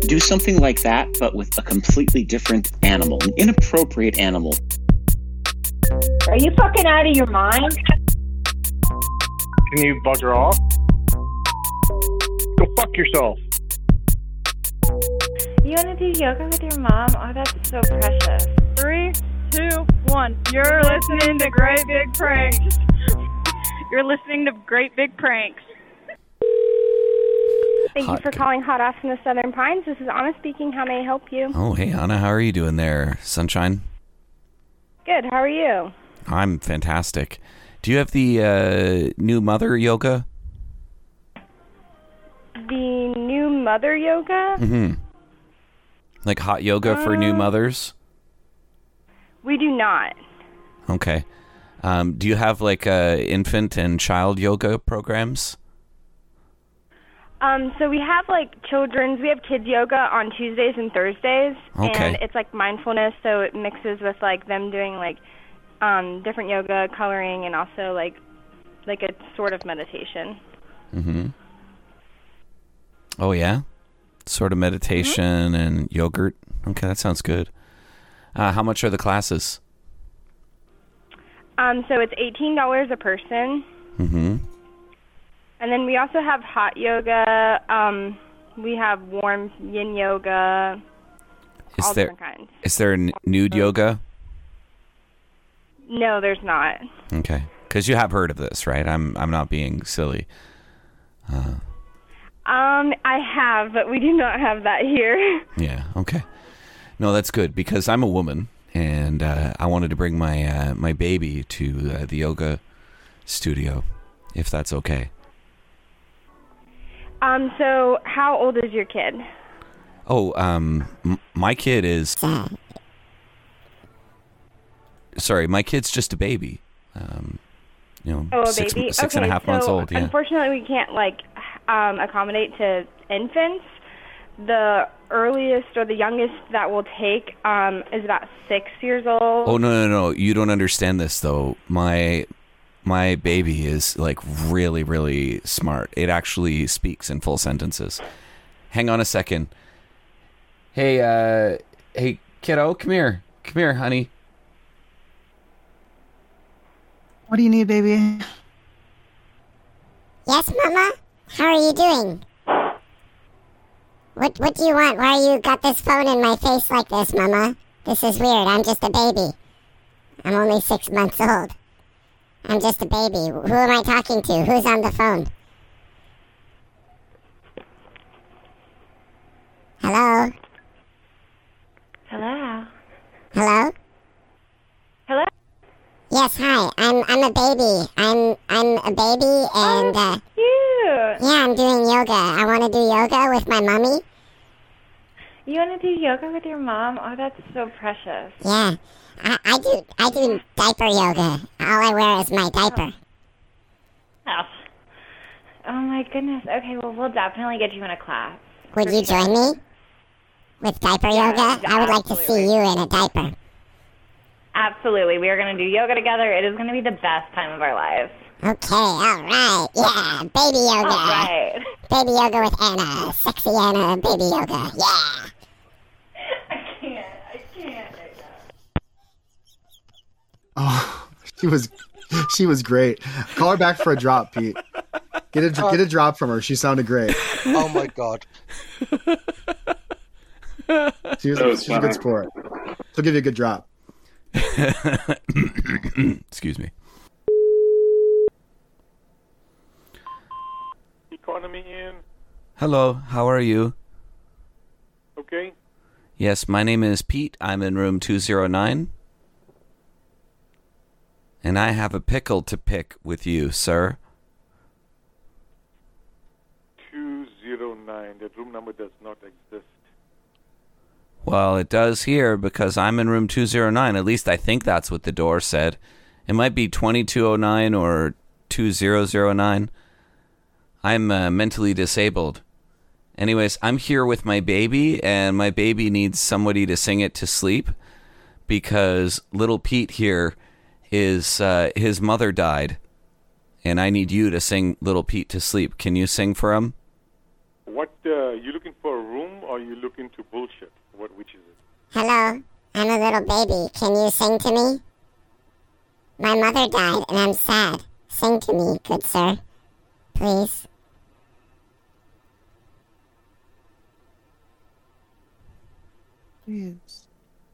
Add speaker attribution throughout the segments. Speaker 1: Do something like that, but with a completely different animal, an inappropriate animal.
Speaker 2: Are you fucking out of your mind?
Speaker 3: Can you bugger off? Go fuck yourself.
Speaker 4: You want to do yoga with your mom? Oh, that's so precious.
Speaker 5: Three, two, one. You're listening to Great Big Pranks. You're listening to Great Big Pranks.
Speaker 6: Thank
Speaker 7: Hot
Speaker 6: you for
Speaker 7: ca-
Speaker 6: calling Hot Off from the Southern Pines. This is Anna speaking. How may I help you?
Speaker 7: Oh, hey, Anna, how are you doing there, sunshine?
Speaker 6: Good. How are you?
Speaker 7: I'm fantastic. Do you have the uh, new mother yoga?
Speaker 6: The new mother yoga?
Speaker 7: Mm-hmm. Like hot yoga for new
Speaker 6: Uh,
Speaker 7: mothers?
Speaker 6: We do not.
Speaker 7: Okay. Um, do you have like uh, infant and child yoga programs?
Speaker 6: Um, so we have like children's, we have kids yoga on Tuesdays and Thursdays,
Speaker 7: Okay.
Speaker 6: and it's like mindfulness, so it mixes with like them doing like um, different yoga, coloring, and also like like a sort of meditation.
Speaker 7: Mm-hmm. Oh yeah, sort
Speaker 6: Mm-hmm.
Speaker 7: of meditation and yogurt. Okay, that sounds good. Uh, how much are the classes?
Speaker 6: Um, so it's eighteen dollars a person,
Speaker 7: Mm-hmm.
Speaker 6: and then we also have hot yoga. Um, we have warm yin yoga,
Speaker 7: Is
Speaker 6: all
Speaker 7: there
Speaker 6: different kinds. Uh-huh.
Speaker 7: is there n- nude yoga?
Speaker 6: No, there's not.
Speaker 7: Okay, because you have heard of this, right? I'm I'm not being silly. Uh,
Speaker 6: Um, I have, but we do not have that here.
Speaker 7: Yeah. Okay. No, that's good because I'm a woman and uh, I wanted to bring my uh, my baby to uh, the yoga studio, if that's okay.
Speaker 6: Um, so how old is your kid?
Speaker 7: Oh, um, m- my kid is. Sorry, my kid's just a baby. Um, you know,
Speaker 6: Oh, a
Speaker 7: six
Speaker 6: baby.
Speaker 7: six
Speaker 6: okay,
Speaker 7: and a half
Speaker 6: so
Speaker 7: months old. Yeah.
Speaker 6: Unfortunately, we can't like um, accommodate to infants. The earliest or the youngest that we'll take um, is about six years old.
Speaker 7: Oh no, no, no! You don't understand this though. My my baby is like really, really smart. It actually speaks in full sentences. Hang on a second. Hey, uh, hey, kiddo, come here, come here, honey.
Speaker 8: What do you need, baby?
Speaker 9: Yes, Mama. How are you doing? What What do you want? Why you got this phone in my face like this, Mama? This is weird. I'm just a baby. I'm only six months old. I'm just a baby. Who am I talking to? Who's on the phone? Hello.
Speaker 4: Hello.
Speaker 9: Hello.
Speaker 4: Hello.
Speaker 9: Yes. Hi. I'm I'm a baby. I'm I'm a baby,
Speaker 4: Oh.
Speaker 9: and uh,
Speaker 6: Cute.
Speaker 9: yeah, I'm doing yoga. I want to do yoga with my mommy.
Speaker 4: You want to do yoga with your mom? Oh, that's so precious.
Speaker 9: Yeah, I, I do. I do diaper yoga. All I wear is my diaper.
Speaker 4: Oh. Oh my goodness. Okay, well we'll definitely get you in a class.
Speaker 9: Would you join me with diaper yoga? I would like to see you in a diaper.
Speaker 4: Absolutely. We are going to do yoga together. It is going to be the best time of our lives.
Speaker 9: Okay, all right, yeah, baby yoga,
Speaker 4: All right.
Speaker 9: baby yoga with Anna, sexy Anna, baby yoga, yeah.
Speaker 4: I can't. I can't.
Speaker 8: Oh, she was, she was great. Call her back for a drop, Pete. Get a get a drop from her. She sounded great.
Speaker 10: Oh my god.
Speaker 8: She was,
Speaker 10: That was
Speaker 8: she's a good
Speaker 10: funny.
Speaker 8: sport. She'll give you a good drop.
Speaker 7: Excuse me.
Speaker 3: Economy in.
Speaker 7: Hello, how are you?
Speaker 3: Okay.
Speaker 7: Yes, my name is Pete. I'm in room two zero nine, and I have a pickle to pick with you, sir.
Speaker 3: 209. That room number does not exist.
Speaker 7: Well, it does here because I'm in room 209. At least I think that's what the door said. It might be 2209 or 2009. I'm uh, mentally disabled. Anyways, I'm here with my baby, and my baby needs somebody to sing it to sleep because little Pete here is uh, his mother died, and I need you to sing little Pete to sleep. Can you sing for him?
Speaker 3: What, uh, you looking for a room or you look into bullshit? What which is it?
Speaker 9: Hello, I'm a little baby. Can you sing to me? My mother died and I'm sad. Sing to me, good sir. Please.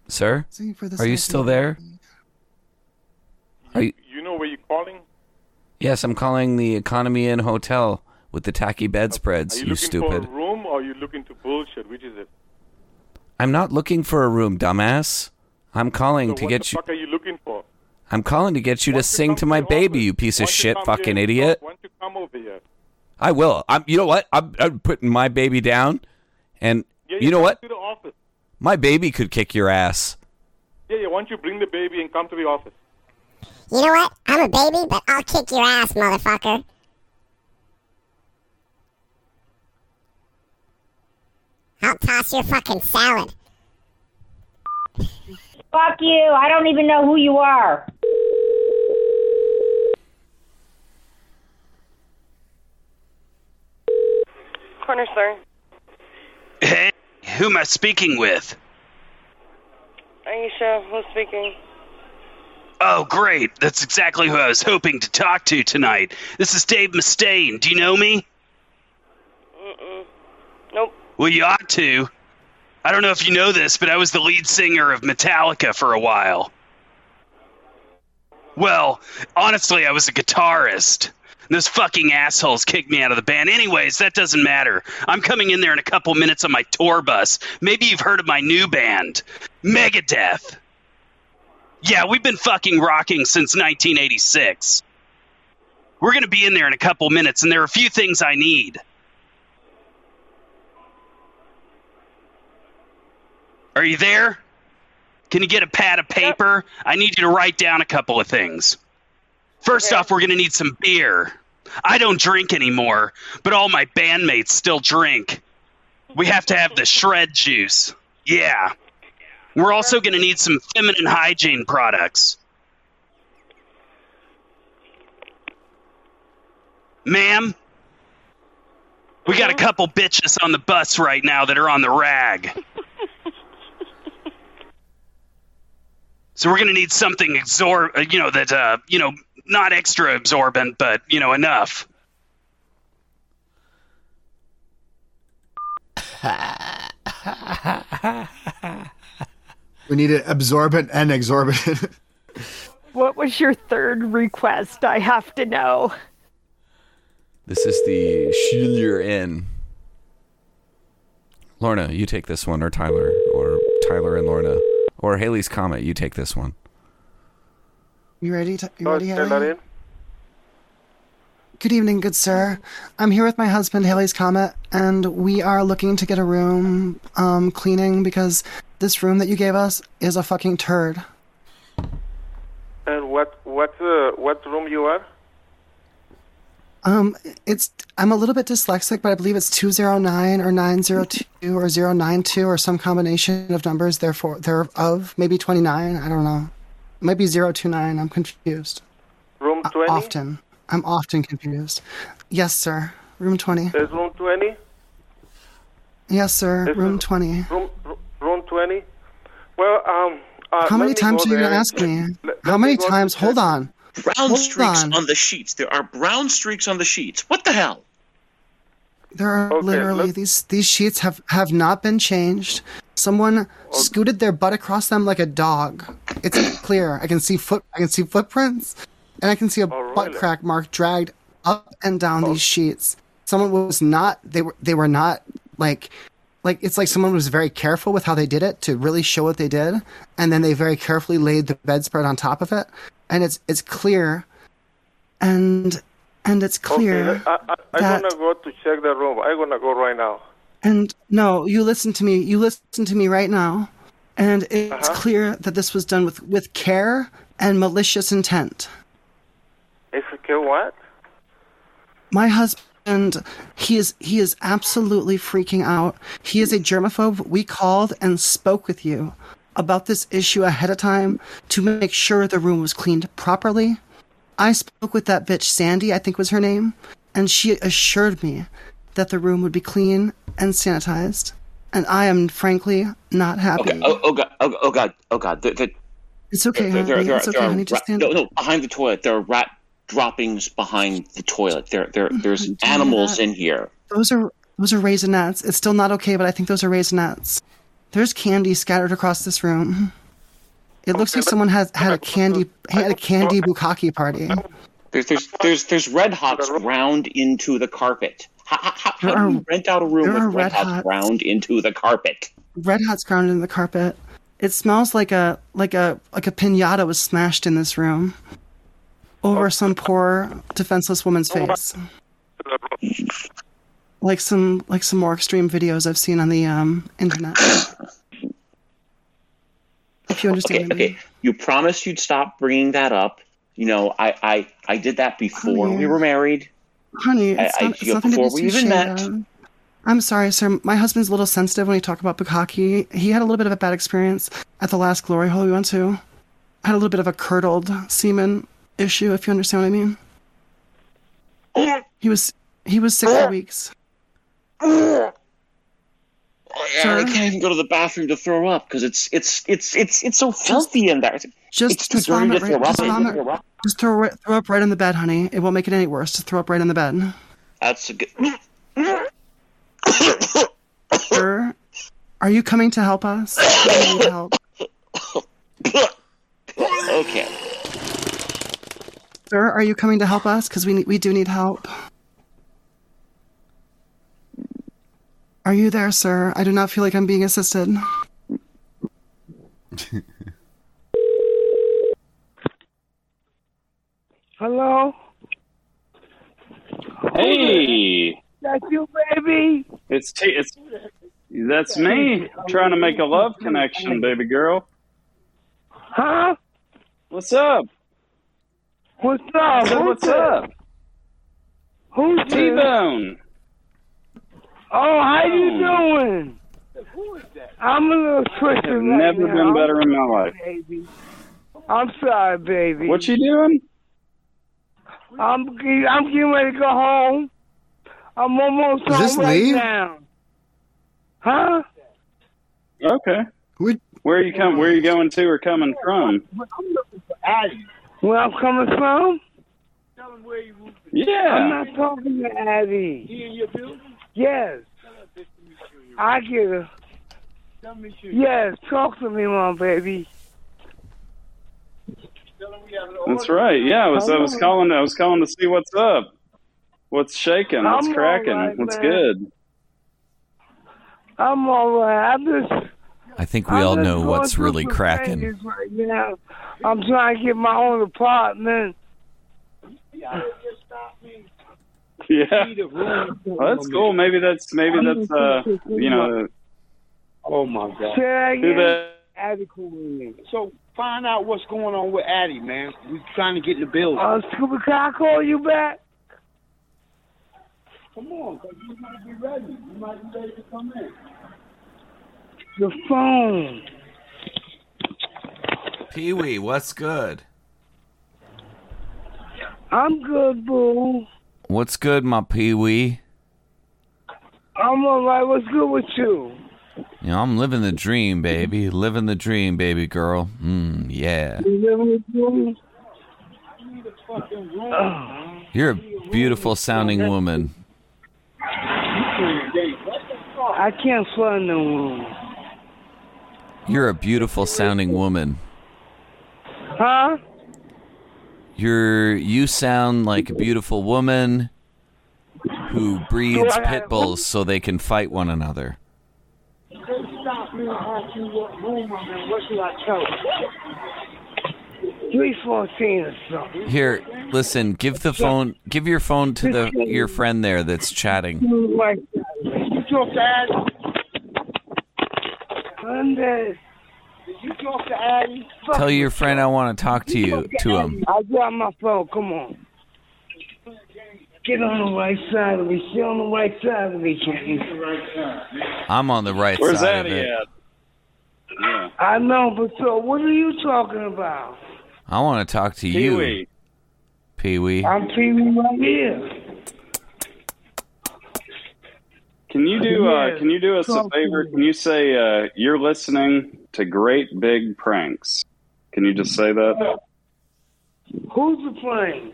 Speaker 7: Sir?
Speaker 8: Sing for the
Speaker 7: Are you
Speaker 8: second
Speaker 7: still there? Are you,
Speaker 3: You know where you're calling?
Speaker 7: yes, I'm calling the Economy Inn Hotel with the tacky
Speaker 3: Are
Speaker 7: bedspreads,
Speaker 3: you
Speaker 7: you,
Speaker 3: looking
Speaker 7: stupid.
Speaker 3: for a room or you look into bullshit? Which is it?
Speaker 7: I'm not looking for a room, dumbass. I'm calling
Speaker 3: So
Speaker 7: to
Speaker 3: what
Speaker 7: get
Speaker 3: the
Speaker 7: you
Speaker 3: fuck are you looking for?
Speaker 7: I'm calling to get you to
Speaker 3: Why don't
Speaker 7: sing
Speaker 3: come
Speaker 7: to my
Speaker 3: the
Speaker 7: baby,
Speaker 3: office?
Speaker 7: you piece
Speaker 3: Why
Speaker 7: of
Speaker 3: don't you
Speaker 7: shit
Speaker 3: come
Speaker 7: fucking
Speaker 3: here and
Speaker 7: idiot.
Speaker 3: talk? Why don't you come over here?
Speaker 7: I will. I'm you know what? I'm, I'm putting my baby down and
Speaker 3: Yeah,
Speaker 7: you know
Speaker 3: come
Speaker 7: what?
Speaker 3: To the office.
Speaker 7: My baby could kick your ass.
Speaker 3: Yeah, yeah. Why don't you bring the baby and come to the office?
Speaker 9: You know what? I'm a baby, but I'll kick your ass, motherfucker. I'll toss your fucking salad.
Speaker 2: Fuck you. I don't even know who you are.
Speaker 10: Corner store.
Speaker 11: Hey, who am I speaking with?
Speaker 10: Aisha, who's speaking?
Speaker 11: Oh, great. That's exactly who I was hoping to talk to tonight. This is Dave Mustaine. Do you know me?
Speaker 10: Mm-mm. Nope.
Speaker 11: Well, you ought to. I don't know if you know this, but I was the lead singer of Metallica for a while. Well, honestly, I was a guitarist. Those fucking assholes kicked me out of the band. Anyways, that doesn't matter. I'm coming in there in a couple minutes on my tour bus. Maybe you've heard of my new band, Megadeth. Yeah, we've been fucking rocking since 1986. We're going to be in there in a couple minutes, and there are a few things I need. Are you there? Can you get a pad of paper? I need you to write down a couple of things. First off, we're going to need some beer. I don't drink anymore, but all my bandmates still drink. We have to have the shred juice. Yeah. We're also going to need some feminine hygiene products. Ma'am, we got a couple bitches on the bus right now that are on the rag. So we're going to need something absorb, uh, you know, that uh, you know, not extra absorbent, but you know, enough.
Speaker 8: We need it absorbent and exorbitant.
Speaker 12: What was your third request? I have to know.
Speaker 7: This is the Schiller Inn. Lorna, you take this one, or Tyler, or Tyler and Lorna, or Haley's Comet. You take this one.
Speaker 8: You ready? To, you ready, Haley? Good evening, good sir. I'm here with my husband, Haley's Comet, and we are looking to get a room um, cleaning because this room that you gave us is a fucking turd.
Speaker 3: And what what uh, what room you are?
Speaker 8: Um, it's I'm a little bit dyslexic, but I believe it's two zero nine or nine zero two or zero nine two or some combination of numbers. Therefore, thereof maybe twenty nine. I don't know. It might be zero two nine. I'm confused.
Speaker 3: Room
Speaker 8: O-
Speaker 3: twenty.
Speaker 8: Often, I'm often confused. Yes, sir. Room twenty.
Speaker 3: Is room twenty?
Speaker 8: Yes, sir.
Speaker 3: This
Speaker 8: Room
Speaker 3: is-
Speaker 8: twenty.
Speaker 3: Room room twenty. Well, um. Uh,
Speaker 8: How many
Speaker 3: let me
Speaker 8: times
Speaker 3: go
Speaker 8: are you
Speaker 3: there and-
Speaker 8: gonna ask me?
Speaker 3: let-
Speaker 8: How
Speaker 3: let
Speaker 8: many
Speaker 3: go to
Speaker 8: times? Hold on.
Speaker 1: Brown
Speaker 8: Hold
Speaker 1: streaks
Speaker 8: on.
Speaker 1: on. the sheets. There are brown streaks on the sheets. What the hell?
Speaker 8: There are literally these these sheets have have not been changed. Someone scooted their butt across them like a dog. It's clear. I can see foot I can see footprints and I can see a butt crack mark dragged up and down these
Speaker 3: Oh.
Speaker 8: sheets. Someone was not they were they were not like like it's like someone was very careful with how they did it to really show what they did and then they very carefully laid the bedspread on top of it and it's it's clear and and it's clear
Speaker 3: Okay, I, I, I'm
Speaker 8: that-
Speaker 3: gonna go to check the room. I'm gonna go right now.
Speaker 8: and no, you listen to me. You listen to me right now. And it's clear that this was done with, with care and malicious intent.
Speaker 3: If you care what?
Speaker 8: My husband, he is he is absolutely freaking out. He is a germaphobe. We called and spoke with you about this issue ahead of time to make sure the room was cleaned properly. I spoke with that bitch Sandy, I think was her name, and she assured me that the room would be clean and sanitized. and I am frankly not happy.
Speaker 1: Okay. Oh, oh god. Oh, oh god. Oh god. The, the,
Speaker 8: It's okay,
Speaker 1: there, there,
Speaker 8: honey.
Speaker 1: there,
Speaker 8: It's
Speaker 1: there
Speaker 8: okay,
Speaker 1: are
Speaker 8: honey. Just
Speaker 1: rat,
Speaker 8: stand
Speaker 1: no,
Speaker 8: up.
Speaker 1: no. Behind the toilet, there are rat droppings behind the toilet. There, there, there's
Speaker 8: Oh, do
Speaker 1: animals
Speaker 8: that.
Speaker 1: in here.
Speaker 8: Those are those are raisinettes. It's still not okay, but I think those are raisinettes. There's candy scattered across this room. It looks like someone has had a candy had a candy bukkake party.
Speaker 1: There's, there's, there's, there's red hots ground into the carpet. How, how, how do you rent out a room
Speaker 8: there are
Speaker 1: with red
Speaker 8: red
Speaker 1: hots
Speaker 8: hots.
Speaker 1: ground into the carpet?
Speaker 8: Red hot's ground in the carpet. It smells like a like a like a pinata was smashed in this room over some poor defenseless woman's face. Like some like some more extreme videos I've seen on the um, internet. If you understand what
Speaker 1: Okay,
Speaker 8: I mean.
Speaker 1: okay. You promised you'd stop bringing that up. You know, I, I, I did that before we
Speaker 8: Oh,
Speaker 1: were married.
Speaker 8: Honey,
Speaker 1: I-
Speaker 8: it's,
Speaker 1: I-
Speaker 8: not, it's
Speaker 1: you know,
Speaker 8: nothing to be
Speaker 1: before we
Speaker 8: too
Speaker 1: even
Speaker 8: ashamed
Speaker 1: met-
Speaker 8: of. I'm sorry, sir. My husband's a little sensitive when we talk about bukkake. He had a little bit of a bad experience at the last glory hole we went to. Had a little bit of a curdled semen issue, if you understand what I mean. He was he was sick for weeks.
Speaker 1: I really can't even go to the bathroom to throw up because it's it's it's it's it's so filthy in there. It's,
Speaker 8: Just,
Speaker 1: it's too
Speaker 8: just
Speaker 1: dirty
Speaker 8: vomit,
Speaker 1: to throw
Speaker 8: right,
Speaker 1: up.
Speaker 8: just vomit. Just throw right, throw up right on the bed, honey. It won't make it any worse. Just throw up right on the bed.
Speaker 1: That's a good.
Speaker 8: Sir, are you coming to help us? We need help.
Speaker 1: Okay.
Speaker 8: Sir, are you coming to help us? Because we need, we do need help. Are you there, sir? I do not feel like I'm being assisted.
Speaker 13: Hello?
Speaker 14: Hey,
Speaker 13: That's you, baby?
Speaker 14: it's T. It's that's me trying to make a love connection, baby girl.
Speaker 13: Huh?
Speaker 14: What's up?
Speaker 13: What's up?
Speaker 14: Said, what's up?
Speaker 13: Who's
Speaker 14: T Bone.
Speaker 13: Oh, how you doing? I'm a little twisted
Speaker 14: I've
Speaker 13: right
Speaker 14: never
Speaker 13: now.
Speaker 14: been better in my life.
Speaker 13: Baby. I'm sorry, baby.
Speaker 14: What you doing?
Speaker 13: I'm I'm getting ready to go home. I'm almost
Speaker 14: Is
Speaker 13: home
Speaker 14: this
Speaker 13: right
Speaker 14: Lee?
Speaker 13: now. Huh?
Speaker 14: Okay. Where are you come? Where are you going to or coming from?
Speaker 13: Addie. Where I'm coming from? I'm
Speaker 14: Yeah.
Speaker 13: not talking to Addie. Yes. I get her. Yes, talk to me, my baby.
Speaker 14: That's right. Yeah, I was I was calling I was calling to see what's up. What's shaking? What's
Speaker 13: I'm all
Speaker 14: cracking?
Speaker 13: right,
Speaker 14: what's
Speaker 13: man.
Speaker 14: good?
Speaker 13: I'm all right. I'm just.
Speaker 7: I think we all know what's really cracking.
Speaker 13: Right now. I'm trying to get my own apartment.
Speaker 14: Yeah. Well, that's cool. Maybe that's maybe that's uh you know
Speaker 13: Oh my god.
Speaker 14: Who the
Speaker 13: Addie So find out what's going on with Addie, man. We're trying to get in the building. Uh, Scuba, can I call you back?
Speaker 15: Come on, because you might be ready. You might be ready to come in.
Speaker 13: The phone.
Speaker 7: Pee Wee, what's good?
Speaker 13: I'm good, boo.
Speaker 7: What's good, my Pee Wee?
Speaker 13: I'm all right. What's good with you?
Speaker 7: You know, I'm living the dream, baby. Living the dream, baby girl. Mm, yeah.
Speaker 13: You living with you?
Speaker 7: You're a beautiful sounding woman.
Speaker 13: I can't find no room.
Speaker 7: You're a beautiful sounding woman.
Speaker 13: Huh?
Speaker 7: You're you sound like a beautiful woman who breeds pit bulls so they can fight one another.
Speaker 15: They stop me and ask you what room I'm in. What should I tell you?
Speaker 13: 314 or something.
Speaker 7: Here, listen, give the phone give your phone to the your friend there that's chatting.
Speaker 13: Like, you talk to Addie? Sunday. Did you talk to Addie?
Speaker 7: Tell your friend I want to talk to you to um, him.
Speaker 13: I got my phone. Come on. Get on the right side of me. Get on the right side of me, Kenny.
Speaker 7: I'm on the right
Speaker 14: Where's
Speaker 7: side
Speaker 14: Addie
Speaker 7: of it.
Speaker 14: at?
Speaker 13: I know, but so what are you talking about?
Speaker 7: I want to talk to you.
Speaker 13: Pee-wee.
Speaker 7: Pee Wee.
Speaker 13: I'm feeling right here.
Speaker 14: Can you do? Uh,
Speaker 13: Yeah.
Speaker 14: can you do us a
Speaker 13: Talk to
Speaker 14: favor? Can you say uh, you're listening to Great Big Pranks? Can you just say
Speaker 15: Uh,
Speaker 14: that?
Speaker 13: Who's the plane?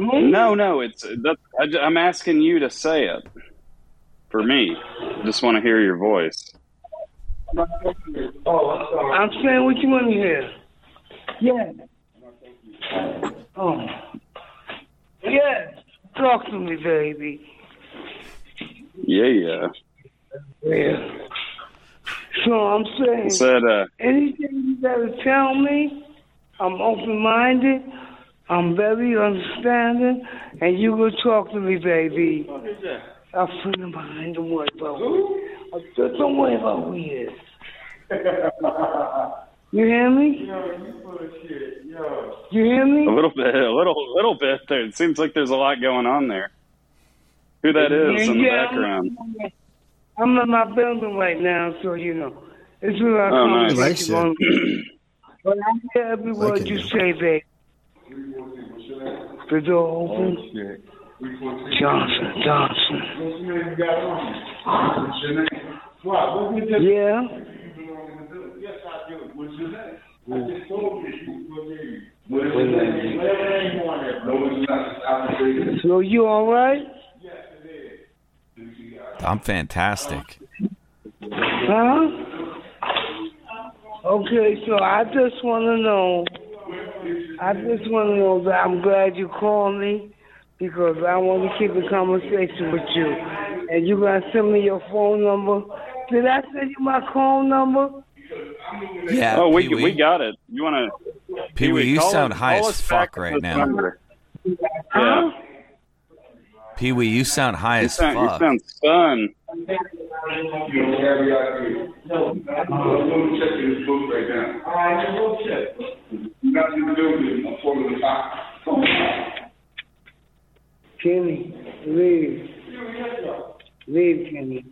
Speaker 14: No, no. It's that, I, am asking you to say it for me. Just want to hear your voice.
Speaker 13: Oh, I'm saying what you want to hear. Yeah. Oh. Yeah. Talk to me, baby.
Speaker 14: Yeah, yeah.
Speaker 13: Yeah. So I'm saying.
Speaker 14: Said uh,
Speaker 13: Anything you gotta tell me, I'm open minded, I'm very understanding, and you will talk to me, baby. A friend of mine, don't worry about me. I said, Don't worry about who he is. You hear me? You hear me?
Speaker 14: a little bit, a little, little bit. There, it seems like there's a lot going on there. Who that is in the
Speaker 13: Yeah,
Speaker 14: background?
Speaker 13: I'm in my building right now, so you know. It's a lot
Speaker 14: Oh,
Speaker 13: of
Speaker 14: nice.
Speaker 13: conversation
Speaker 14: He likes
Speaker 13: going on. But I hear every word you say, baby. The door opens. Johnson, Johnson. Yeah. So you all right?
Speaker 7: I'm fantastic.
Speaker 13: Huh? Okay, so I just want to know. I just want to know that I'm glad you called me because I want to keep a conversation with you. And you going to send me your phone number. Did I send you my phone number?
Speaker 7: Yeah.
Speaker 14: Oh, we
Speaker 7: Pee-wee.
Speaker 14: we got it. You want to?
Speaker 7: Pee Wee, you sound high as fuck right now.
Speaker 14: Yeah.
Speaker 7: Pee Wee, you sound high
Speaker 14: You
Speaker 7: as
Speaker 14: sound, you
Speaker 7: fuck.
Speaker 14: sound stunned.
Speaker 13: Kenny, leave. Leave, Kenny.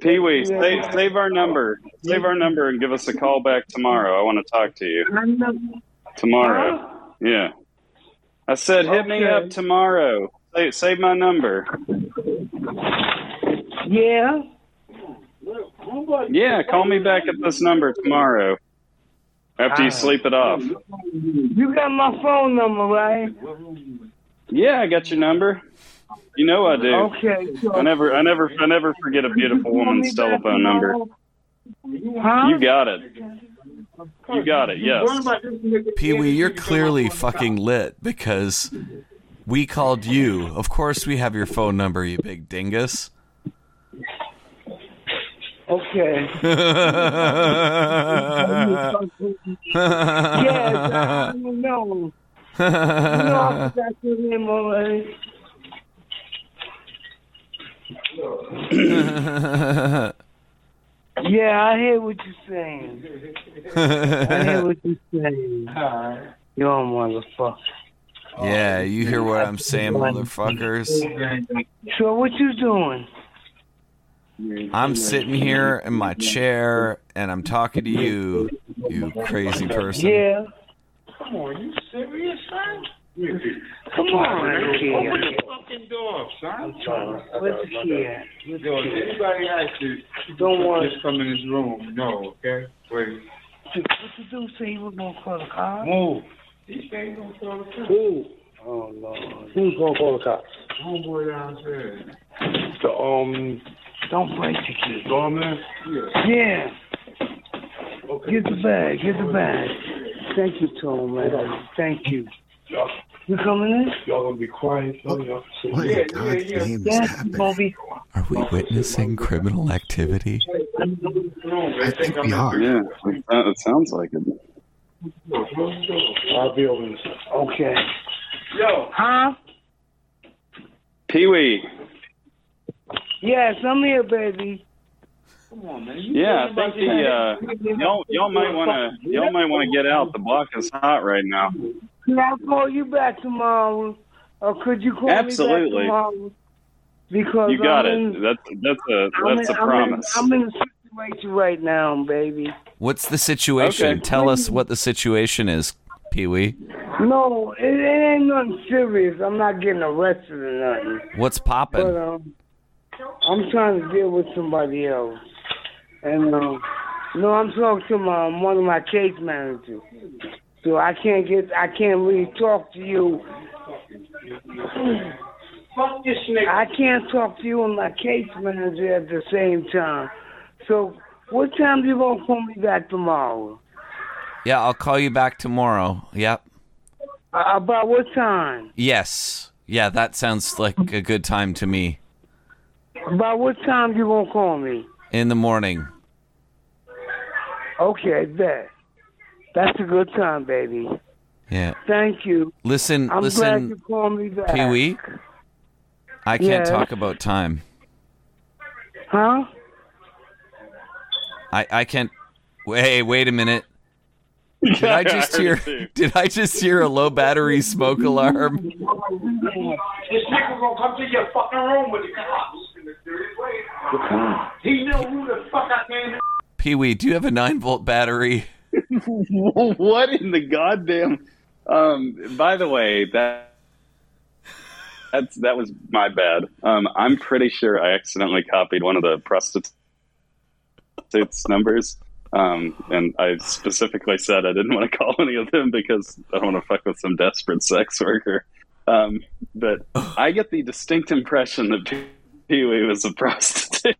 Speaker 14: Pee Wee, save, save our number. Save our number and give us a call back tomorrow. I want to talk to you tomorrow. Yeah. I said, hit me up tomorrow. Save, save my number.
Speaker 13: Yeah.
Speaker 14: Yeah, call me back at this number tomorrow after you sleep it off.
Speaker 13: You got my phone number, right?
Speaker 14: Yeah, I got your number. You know I do.
Speaker 13: Okay. so-
Speaker 14: I never, I never, I never forget a beautiful woman's telephone number.
Speaker 13: Huh?
Speaker 14: You got it. You got it. Yes.
Speaker 7: Pee Wee, you're clearly fucking lit because we called you. Of course, we have your phone number, you big dingus.
Speaker 13: Okay. yes, I know. You know I forgot your name already. Yeah, I hear what you're saying. I hear what you're saying. You're a motherfucker.
Speaker 7: yeah, you hear what I'm saying, motherfuckers.
Speaker 13: So what you doing?
Speaker 7: I'm sitting here in my chair and I'm talking to you, you crazy person.
Speaker 13: Yeah. Come on, you serious, son? Come on, kid.
Speaker 16: Open the fucking door, son.
Speaker 13: What's here? What's
Speaker 16: Yo, if
Speaker 13: here?
Speaker 16: anybody asks you, you
Speaker 13: Don't
Speaker 16: can
Speaker 13: worry.
Speaker 16: just come in this room. No, okay? Wait.
Speaker 13: What you do say you was gonna call the cops?
Speaker 16: Move.
Speaker 13: He say he gonna call the cops.
Speaker 16: Move.
Speaker 13: Oh Lord.
Speaker 16: Who's gonna call the cops?
Speaker 13: Homeboy downstairs.
Speaker 16: The um.
Speaker 13: Don't break the key.
Speaker 16: Dorman.
Speaker 13: Yeah. Get the bag, get the bag. Thank you, Tom, man. Thank you. You coming in?
Speaker 16: Y'all gonna be quiet, son. Y'all.
Speaker 7: What in God's name is
Speaker 13: Yes, you gonna be
Speaker 7: Are we witnessing criminal activity?
Speaker 16: I think
Speaker 7: we are.
Speaker 14: Yeah, it- it sounds like it.
Speaker 16: I'll be over this.
Speaker 13: Okay.
Speaker 16: Yo.
Speaker 13: Huh?
Speaker 14: Pee Wee.
Speaker 13: Yes, I'm here, baby.
Speaker 14: Yeah, I think the uh, y'all y'all might want to y'all might want to get out. The block is hot right now.
Speaker 13: Can I call you back tomorrow? Or could you call me back
Speaker 14: Absolutely.
Speaker 13: tomorrow? Because
Speaker 14: You got
Speaker 13: I'm
Speaker 14: it.
Speaker 13: in,
Speaker 14: That's that's a
Speaker 13: I'm
Speaker 14: that's a
Speaker 13: in- I'm
Speaker 14: promise.
Speaker 13: In, I'm in a situation right now, baby.
Speaker 7: What's the situation?
Speaker 13: Okay.
Speaker 7: Tell us what the situation is, Pee Wee.
Speaker 13: No, it, it ain't nothing serious. I'm not getting arrested or nothing.
Speaker 7: What's poppin'?
Speaker 13: But um,
Speaker 17: I'm trying to deal with somebody else. And um, no, I'm talking to my one of my case managers. So I can't get I can't really talk to you. Fuck this nigga. I can't talk to you and my case manager at the same time. So what time do you gonna call me back tomorrow?
Speaker 7: Yeah, I'll call you back tomorrow. Yep.
Speaker 17: Uh, about what time?
Speaker 7: Yes. Yeah, that sounds like a good time to me.
Speaker 17: About what time you gonna call me?
Speaker 7: In the morning.
Speaker 17: Okay, bet. That's a good time, baby.
Speaker 7: Yeah.
Speaker 17: Thank you.
Speaker 7: Listen,
Speaker 17: I'm glad you
Speaker 7: listen,
Speaker 17: called me back.
Speaker 7: Pee Wee. I can't
Speaker 17: Yes.
Speaker 7: talk about time.
Speaker 17: Huh?
Speaker 7: I I can't. Hey, wait a minute. Did I just
Speaker 16: I
Speaker 7: hear?
Speaker 16: heard it
Speaker 7: Did I just hear a low battery smoke alarm?
Speaker 16: This nigga gonna come to your fucking room with the cops. He know who the fuck I am.
Speaker 7: Pee Wee, do you have a nine volt battery?
Speaker 14: what in the goddamn? Um, by the way, that that's that was my bad. Um, I'm pretty sure I accidentally copied one of the prostitutes' numbers. Um, and I specifically said I didn't want to call any of them because I don't want to fuck with some desperate sex worker. Um, but I get the distinct impression that Pee Wee was a prostitute.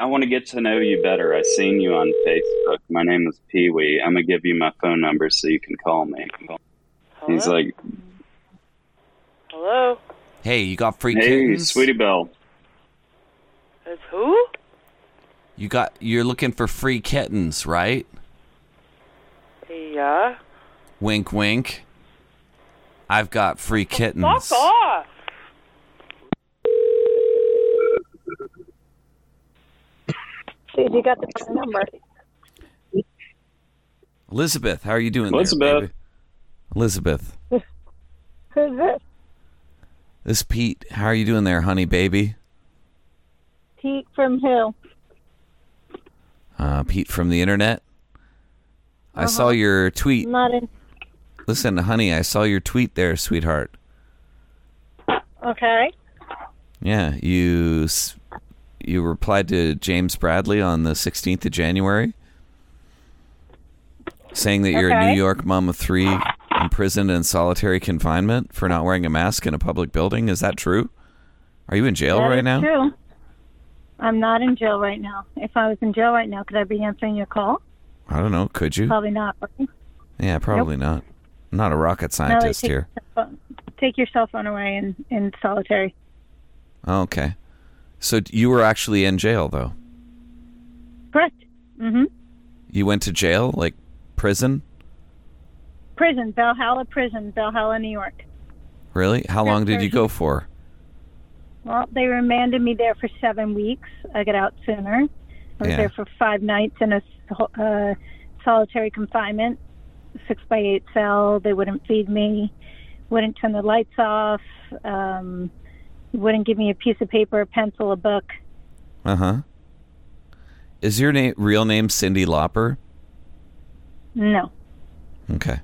Speaker 14: I want to get to know you better. I seen you on Facebook. My name is Pee Wee. I'm gonna give you my phone number so you can call me. He's like,
Speaker 10: Hello?
Speaker 7: Hey, you got free
Speaker 14: Hey,
Speaker 7: kittens?
Speaker 14: Sweetie Belle.
Speaker 10: It's who?
Speaker 7: You got you're looking for free kittens, right?
Speaker 10: Yeah.
Speaker 7: Wink wink. I've got free kittens.
Speaker 10: Fuck off.
Speaker 18: Dude, you got the wrong number.
Speaker 7: Elizabeth, how are you doing there?
Speaker 14: Elizabeth.
Speaker 7: baby? Elizabeth.
Speaker 18: Who's this?
Speaker 7: This is Pete. How are you doing there, honey baby?
Speaker 18: Pete from who?
Speaker 7: Uh, Pete from the internet.
Speaker 18: Uh-huh.
Speaker 7: I saw your tweet.
Speaker 18: Not in.
Speaker 7: Listen, honey, I saw your tweet there, sweetheart.
Speaker 18: Okay.
Speaker 7: Yeah, you s- you replied to James Bradley on the 16th of January saying that you're a
Speaker 18: Okay.
Speaker 7: New York mom of 3 imprisoned in solitary confinement for not wearing a mask in a public building. Is that true? Are you in jail
Speaker 18: That
Speaker 7: right
Speaker 18: is
Speaker 7: now?
Speaker 18: True. I'm not in jail right now. If I was in jail right now, could I be answering your call?
Speaker 7: I don't know. Could you?
Speaker 18: Probably not. right?
Speaker 7: yeah, probably not. I'm not a rocket
Speaker 18: No, they
Speaker 7: scientist
Speaker 18: take
Speaker 7: here.
Speaker 18: your cell phone- Take your cell phone away in, in solitary.
Speaker 7: Oh, okay. So d- you were actually in jail though.
Speaker 18: Correct. Mm-hmm.
Speaker 7: You went to jail, like prison?
Speaker 18: Prison, Valhalla Prison, Valhalla, New York.
Speaker 7: Really? How long did you
Speaker 18: Prison.
Speaker 7: go for?
Speaker 18: Well, they remanded me there for seven weeks. I got out sooner. I was
Speaker 7: Yeah.
Speaker 18: there for five nights in a sol- uh, solitary confinement, six by eight cell. They wouldn't feed me, wouldn't turn the lights off, um, wouldn't give me a piece of paper, a pencil, a book.
Speaker 7: Uh huh. Is your name real name Cindy Lauper?
Speaker 18: No.
Speaker 7: Okay.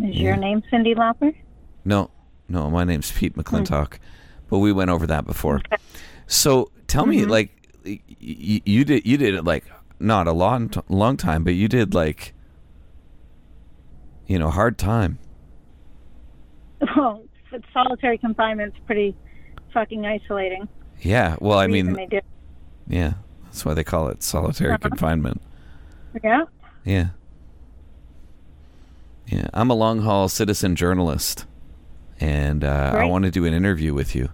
Speaker 18: Is
Speaker 7: Yeah.
Speaker 18: your name Cindy Lauper?
Speaker 7: No, no, my name's Pete McClintock,
Speaker 18: Hmm.
Speaker 7: but we went over that before. So tell
Speaker 18: Mm-hmm.
Speaker 7: me, like, y- y- you did you did it like not a long t- long time, but you did like, you know, hard time.
Speaker 18: Well, but solitary confinement's pretty fucking isolating.
Speaker 7: Yeah. Well, I
Speaker 18: Reason
Speaker 7: mean,
Speaker 18: they do.
Speaker 7: yeah, that's why they call it solitary
Speaker 18: Uh-huh.
Speaker 7: confinement.
Speaker 18: Yeah.
Speaker 7: Yeah. Yeah. I'm a long haul citizen journalist, and uh, I
Speaker 18: Great.
Speaker 7: want to do an interview with you.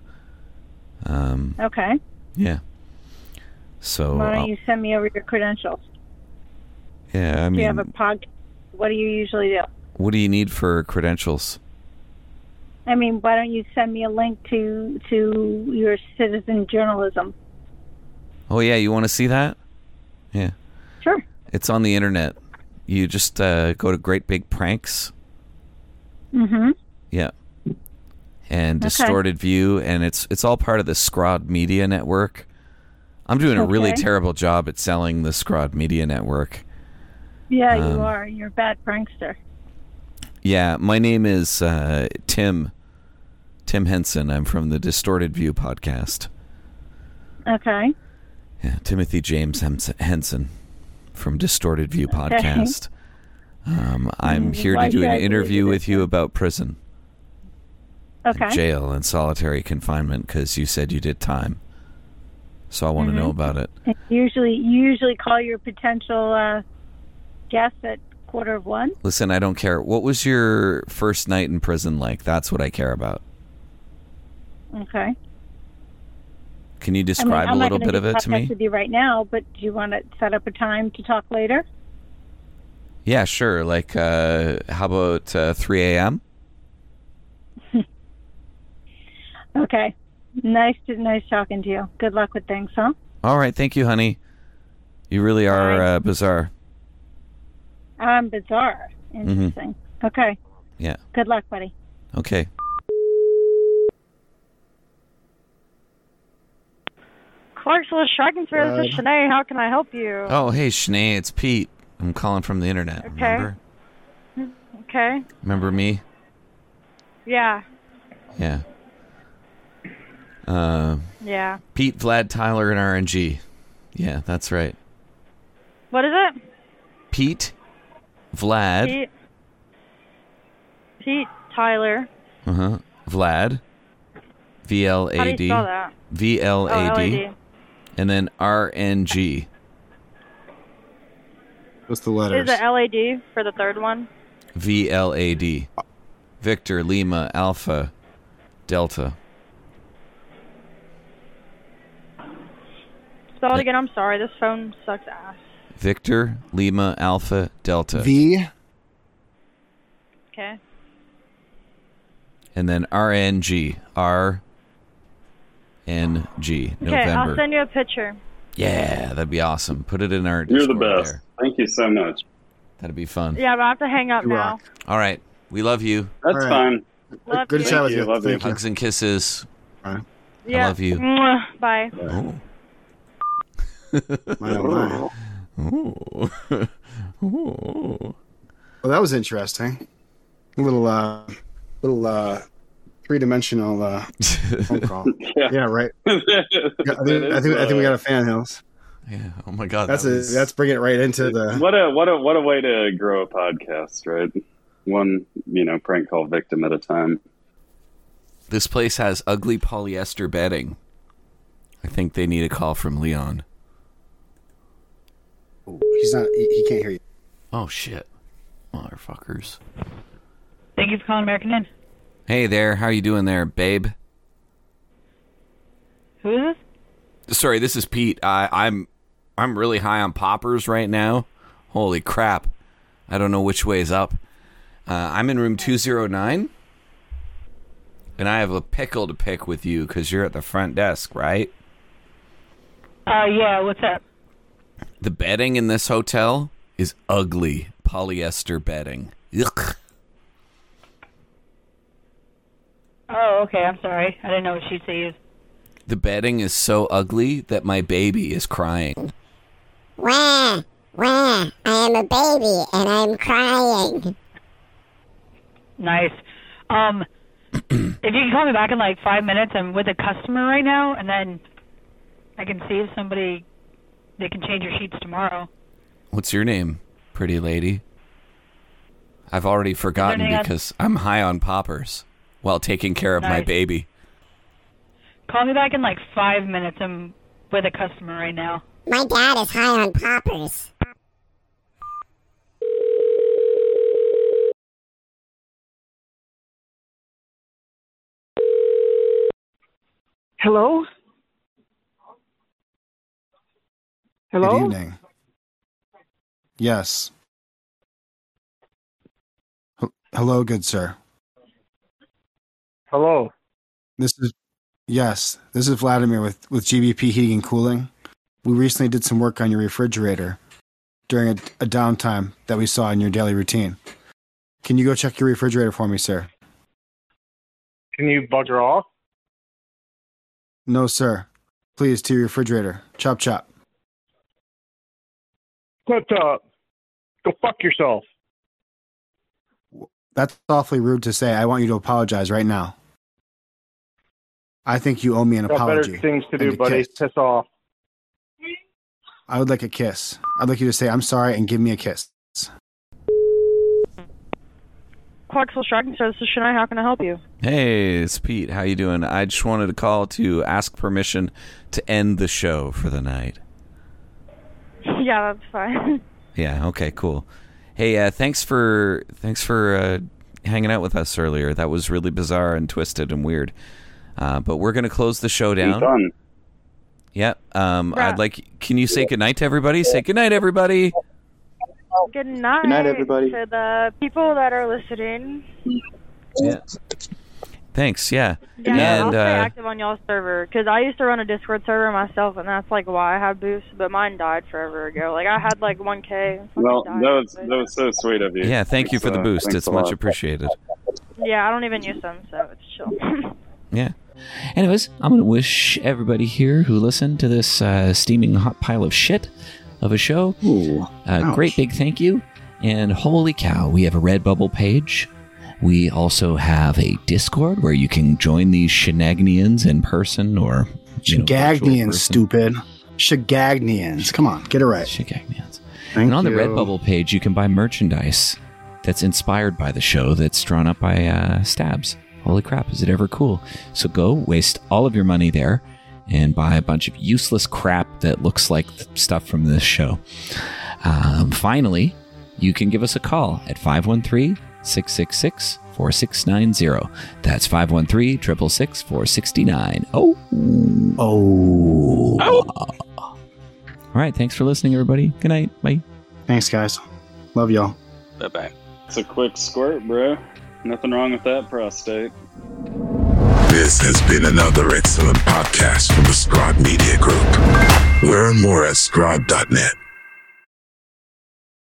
Speaker 7: Um,
Speaker 18: Okay.
Speaker 7: yeah. So,
Speaker 18: Why
Speaker 7: Oh, I'll-
Speaker 18: don't you send me over your credentials?
Speaker 7: yeah, I
Speaker 18: do you
Speaker 7: mean,
Speaker 18: have a podcast? What do you usually do?
Speaker 7: what do you need for credentials?
Speaker 18: I mean, why don't you send me a link to to your citizen journalism?
Speaker 7: Oh, yeah, you want to see that? Yeah.
Speaker 18: Sure.
Speaker 7: It's on the internet. You just uh, go to Great Big Pranks.
Speaker 18: Mm-hmm.
Speaker 7: Yeah. And
Speaker 18: Okay.
Speaker 7: Distorted View, and it's it's all part of the Scrod Media Network. I'm doing a really
Speaker 18: Okay.
Speaker 7: terrible job at selling the Scrod Media Network.
Speaker 18: Yeah,
Speaker 7: Um,
Speaker 18: you are. You're a bad prankster.
Speaker 7: Yeah, my name is uh, Tim Tim Henson. I'm from the Distorted View podcast.
Speaker 18: Okay.
Speaker 7: Yeah, Timothy James Hens- Henson from Distorted View
Speaker 18: Okay.
Speaker 7: podcast. Um, I'm here
Speaker 18: Mm-hmm. Why
Speaker 7: to do
Speaker 18: did I
Speaker 7: an
Speaker 18: believe
Speaker 7: interview with you about prison,
Speaker 18: Okay.
Speaker 7: jail, and solitary confinement because you said you did time. So I want to
Speaker 18: Mm-hmm.
Speaker 7: know about it.
Speaker 18: And Usually, you usually call your potential uh, guest at quarter of one.
Speaker 7: Listen, I don't care. What was your first night in prison like? That's what I care about.
Speaker 18: Okay.
Speaker 7: Can you
Speaker 18: I
Speaker 7: describe
Speaker 18: mean, I'm
Speaker 7: a
Speaker 18: not
Speaker 7: little
Speaker 18: gonna
Speaker 7: bit
Speaker 18: be
Speaker 7: of it to
Speaker 18: in contact
Speaker 7: me?
Speaker 18: With you right now, but do you want to set up a time to talk later?
Speaker 7: Yeah, sure. Like, uh, how about uh, 3 a.m.?
Speaker 18: Okay. Nice, to, nice talking to you. Good luck with things, huh?
Speaker 7: All right. Thank you, honey. You really are uh, bizarre.
Speaker 18: Um, bizarre.
Speaker 7: Mm-hmm.
Speaker 18: Interesting. Okay.
Speaker 7: Yeah.
Speaker 18: Good luck, buddy.
Speaker 7: Okay.
Speaker 5: Clarksville Shrikensville, this is
Speaker 7: Good.
Speaker 5: Shanae. How can I help you?
Speaker 7: Uh, Oh, hey, Shanae, it's Pete. I'm calling from the internet.
Speaker 5: okay.
Speaker 7: Remember?
Speaker 5: Okay.
Speaker 7: Remember me?
Speaker 5: Yeah.
Speaker 7: Yeah. Uh,
Speaker 5: Yeah.
Speaker 7: Pete, Vlad, Tyler, and RNG. Yeah, that's right.
Speaker 5: What is it?
Speaker 7: Pete, Vlad,
Speaker 5: Pete. Pete Tyler.
Speaker 7: uh huh, Vlad, V L
Speaker 5: How do
Speaker 7: A
Speaker 5: you
Speaker 7: D,
Speaker 5: spell that?
Speaker 7: V L
Speaker 5: Oh,
Speaker 7: A D,
Speaker 5: LAD.
Speaker 7: and then R N G. What's the
Speaker 5: Is it LAD for the third one?
Speaker 7: V L A D. Victor Lima Alpha Delta.
Speaker 5: Spell it again. I'm sorry. This phone sucks ass.
Speaker 7: Victor Lima Alpha Delta.
Speaker 8: V
Speaker 5: Okay.
Speaker 7: and then R N G R N G
Speaker 5: Okay. I'll
Speaker 7: November.
Speaker 5: send you a picture.
Speaker 7: Yeah, that'd be awesome. Put it in our.
Speaker 14: You're the
Speaker 7: Discord
Speaker 14: best.
Speaker 7: there.
Speaker 14: Thank you so much.
Speaker 7: That'd be fun.
Speaker 5: Yeah, but I have to hang up
Speaker 7: You
Speaker 5: now.
Speaker 7: rock. All right, we love you.
Speaker 14: That's
Speaker 5: All right.
Speaker 14: fine.
Speaker 5: Love Good to you. chat with you.
Speaker 14: Love
Speaker 5: Thank you.
Speaker 7: Hugs and kisses.
Speaker 5: Yeah.
Speaker 7: I love you.
Speaker 5: Mwah. Bye.
Speaker 7: Oh.
Speaker 8: oh
Speaker 7: Ooh. Ooh.
Speaker 8: Well, that was interesting. A little, uh, little, uh, three dimensional, uh, phone call. yeah. right. I think, I think, I think we got a fan house.
Speaker 7: uh, Yeah. Oh my God.
Speaker 8: That's
Speaker 14: that
Speaker 8: a,
Speaker 14: was-
Speaker 8: that's bringing it right into the,
Speaker 14: What a what a what a way to grow a podcast, right? One you know prank call victim at a time.
Speaker 7: This place has ugly polyester bedding. I think they need a call from Leon.
Speaker 8: he's
Speaker 5: Uh,
Speaker 8: not, he, he can't hear you.
Speaker 7: Oh shit, motherfuckers!
Speaker 15: Thank you for calling American Inn.
Speaker 7: Hey there, how you doing there, babe?
Speaker 15: Who is this?
Speaker 7: Sorry, this is Pete. I, I'm I'm really high on poppers right now. Holy crap! I don't know which way's up. Uh, I'm in room two zero nine, and I have a pickle to pick with you because you're at the front desk, right?
Speaker 15: Uh, yeah, what's up?
Speaker 7: The bedding in this hotel is ugly polyester bedding. Yuck.
Speaker 15: Oh, okay, I'm sorry. I didn't know what she'd say.
Speaker 7: The bedding is so ugly that my baby is crying.
Speaker 9: Wah, wah, I am a baby and I'm crying.
Speaker 15: Nice. Um, if you can call me back in like five minutes, I'm with a customer right now, and then I can see if somebody, they can change your sheets tomorrow.
Speaker 7: What's your name, pretty lady? I've already forgotten
Speaker 15: anything else?
Speaker 7: because I'm high on poppers while taking care of my
Speaker 15: Nice.
Speaker 7: baby.
Speaker 15: Call me back in like five minutes. I'm with a customer right now.
Speaker 9: My dad is high on poppers.
Speaker 13: Hello? Hello?
Speaker 8: Good evening. Yes. H- Hello, good sir.
Speaker 13: Hello.
Speaker 8: This is yes. This is Vladimir with with GBP Heating and Cooling. We recently did some work on your refrigerator during a, a downtime that we saw in your daily routine. Can you go check your refrigerator for me, sir?
Speaker 13: Can you bugger off?
Speaker 8: No, sir. Please to your refrigerator. Chop chop.
Speaker 13: Shut up. Uh, Go fuck yourself.
Speaker 8: That's awfully rude to say. I want you to apologize right now.
Speaker 19: I think you owe me an
Speaker 3: Got
Speaker 19: apology.
Speaker 3: better things to
Speaker 19: and
Speaker 3: do,
Speaker 19: a
Speaker 3: buddy.
Speaker 19: kiss.
Speaker 3: Piss off.
Speaker 19: I would like a kiss. I'd like you to say I'm sorry and give me a kiss.
Speaker 5: Clarksville Shocking says, this is Shania. How can I help you?
Speaker 20: Hey, it's Pete. How you doing? I just wanted to call to ask permission to end the show for the night.
Speaker 5: yeah, that's fine.
Speaker 20: Yeah. Okay. Cool. Hey, uh, thanks for thanks for uh, hanging out with us earlier. That was really bizarre and twisted and weird. Uh, but we're gonna close the show down.
Speaker 14: done.
Speaker 20: Yep. Um,
Speaker 5: Right.
Speaker 20: I'd like. Can you say goodnight to everybody? Say goodnight, everybody.
Speaker 5: Good night.
Speaker 20: Good night, everybody.
Speaker 5: To the people that are listening.
Speaker 20: Yeah. Thanks. Yeah.
Speaker 5: Yeah, I'll
Speaker 20: and
Speaker 5: stay
Speaker 20: uh,
Speaker 5: active on y'all's server because I used to run a Discord server myself, and that's like why I have boosts. But mine died forever ago. Like I had like 1K.
Speaker 14: Well, that was that was so sweet of you.
Speaker 20: yeah, thank you for the
Speaker 14: Thanks, uh,
Speaker 20: boost.
Speaker 14: thanks
Speaker 20: It's
Speaker 14: a
Speaker 20: much
Speaker 14: lot.
Speaker 20: appreciated.
Speaker 5: Yeah, I don't even use them, so it's chill.
Speaker 20: Yeah. Anyways, I'm going to wish everybody here who listened to this uh, steaming hot pile of shit of a show a
Speaker 1: ouch.
Speaker 20: great big thank you. And holy cow, we have a Redbubble page. We also have a Discord where you can join these shenanigans in person or. you know, virtual
Speaker 19: Shagagnians,
Speaker 20: person.
Speaker 19: stupid. Shagagnians. Come on, get it right.
Speaker 20: Shagagnians. and on
Speaker 19: you.
Speaker 20: the Redbubble page, you can buy merchandise that's inspired by the show that's drawn up by uh, Stabs. Holy crap, is it ever cool? So go waste all of your money there and buy a bunch of useless crap that looks like th- stuff from this show. Um, finally, you can give us a call at 513 666 4690. That's 513 666 4669. Oh. Oh. All right. Thanks for listening, everybody. Good night. Bye.
Speaker 19: Thanks, guys. Love y'all.
Speaker 14: Bye bye. It's a quick squirt, bro. Nothing wrong with that prostate.
Speaker 7: This has been another excellent podcast from the Scribe Media Group. Learn more at scribe.net.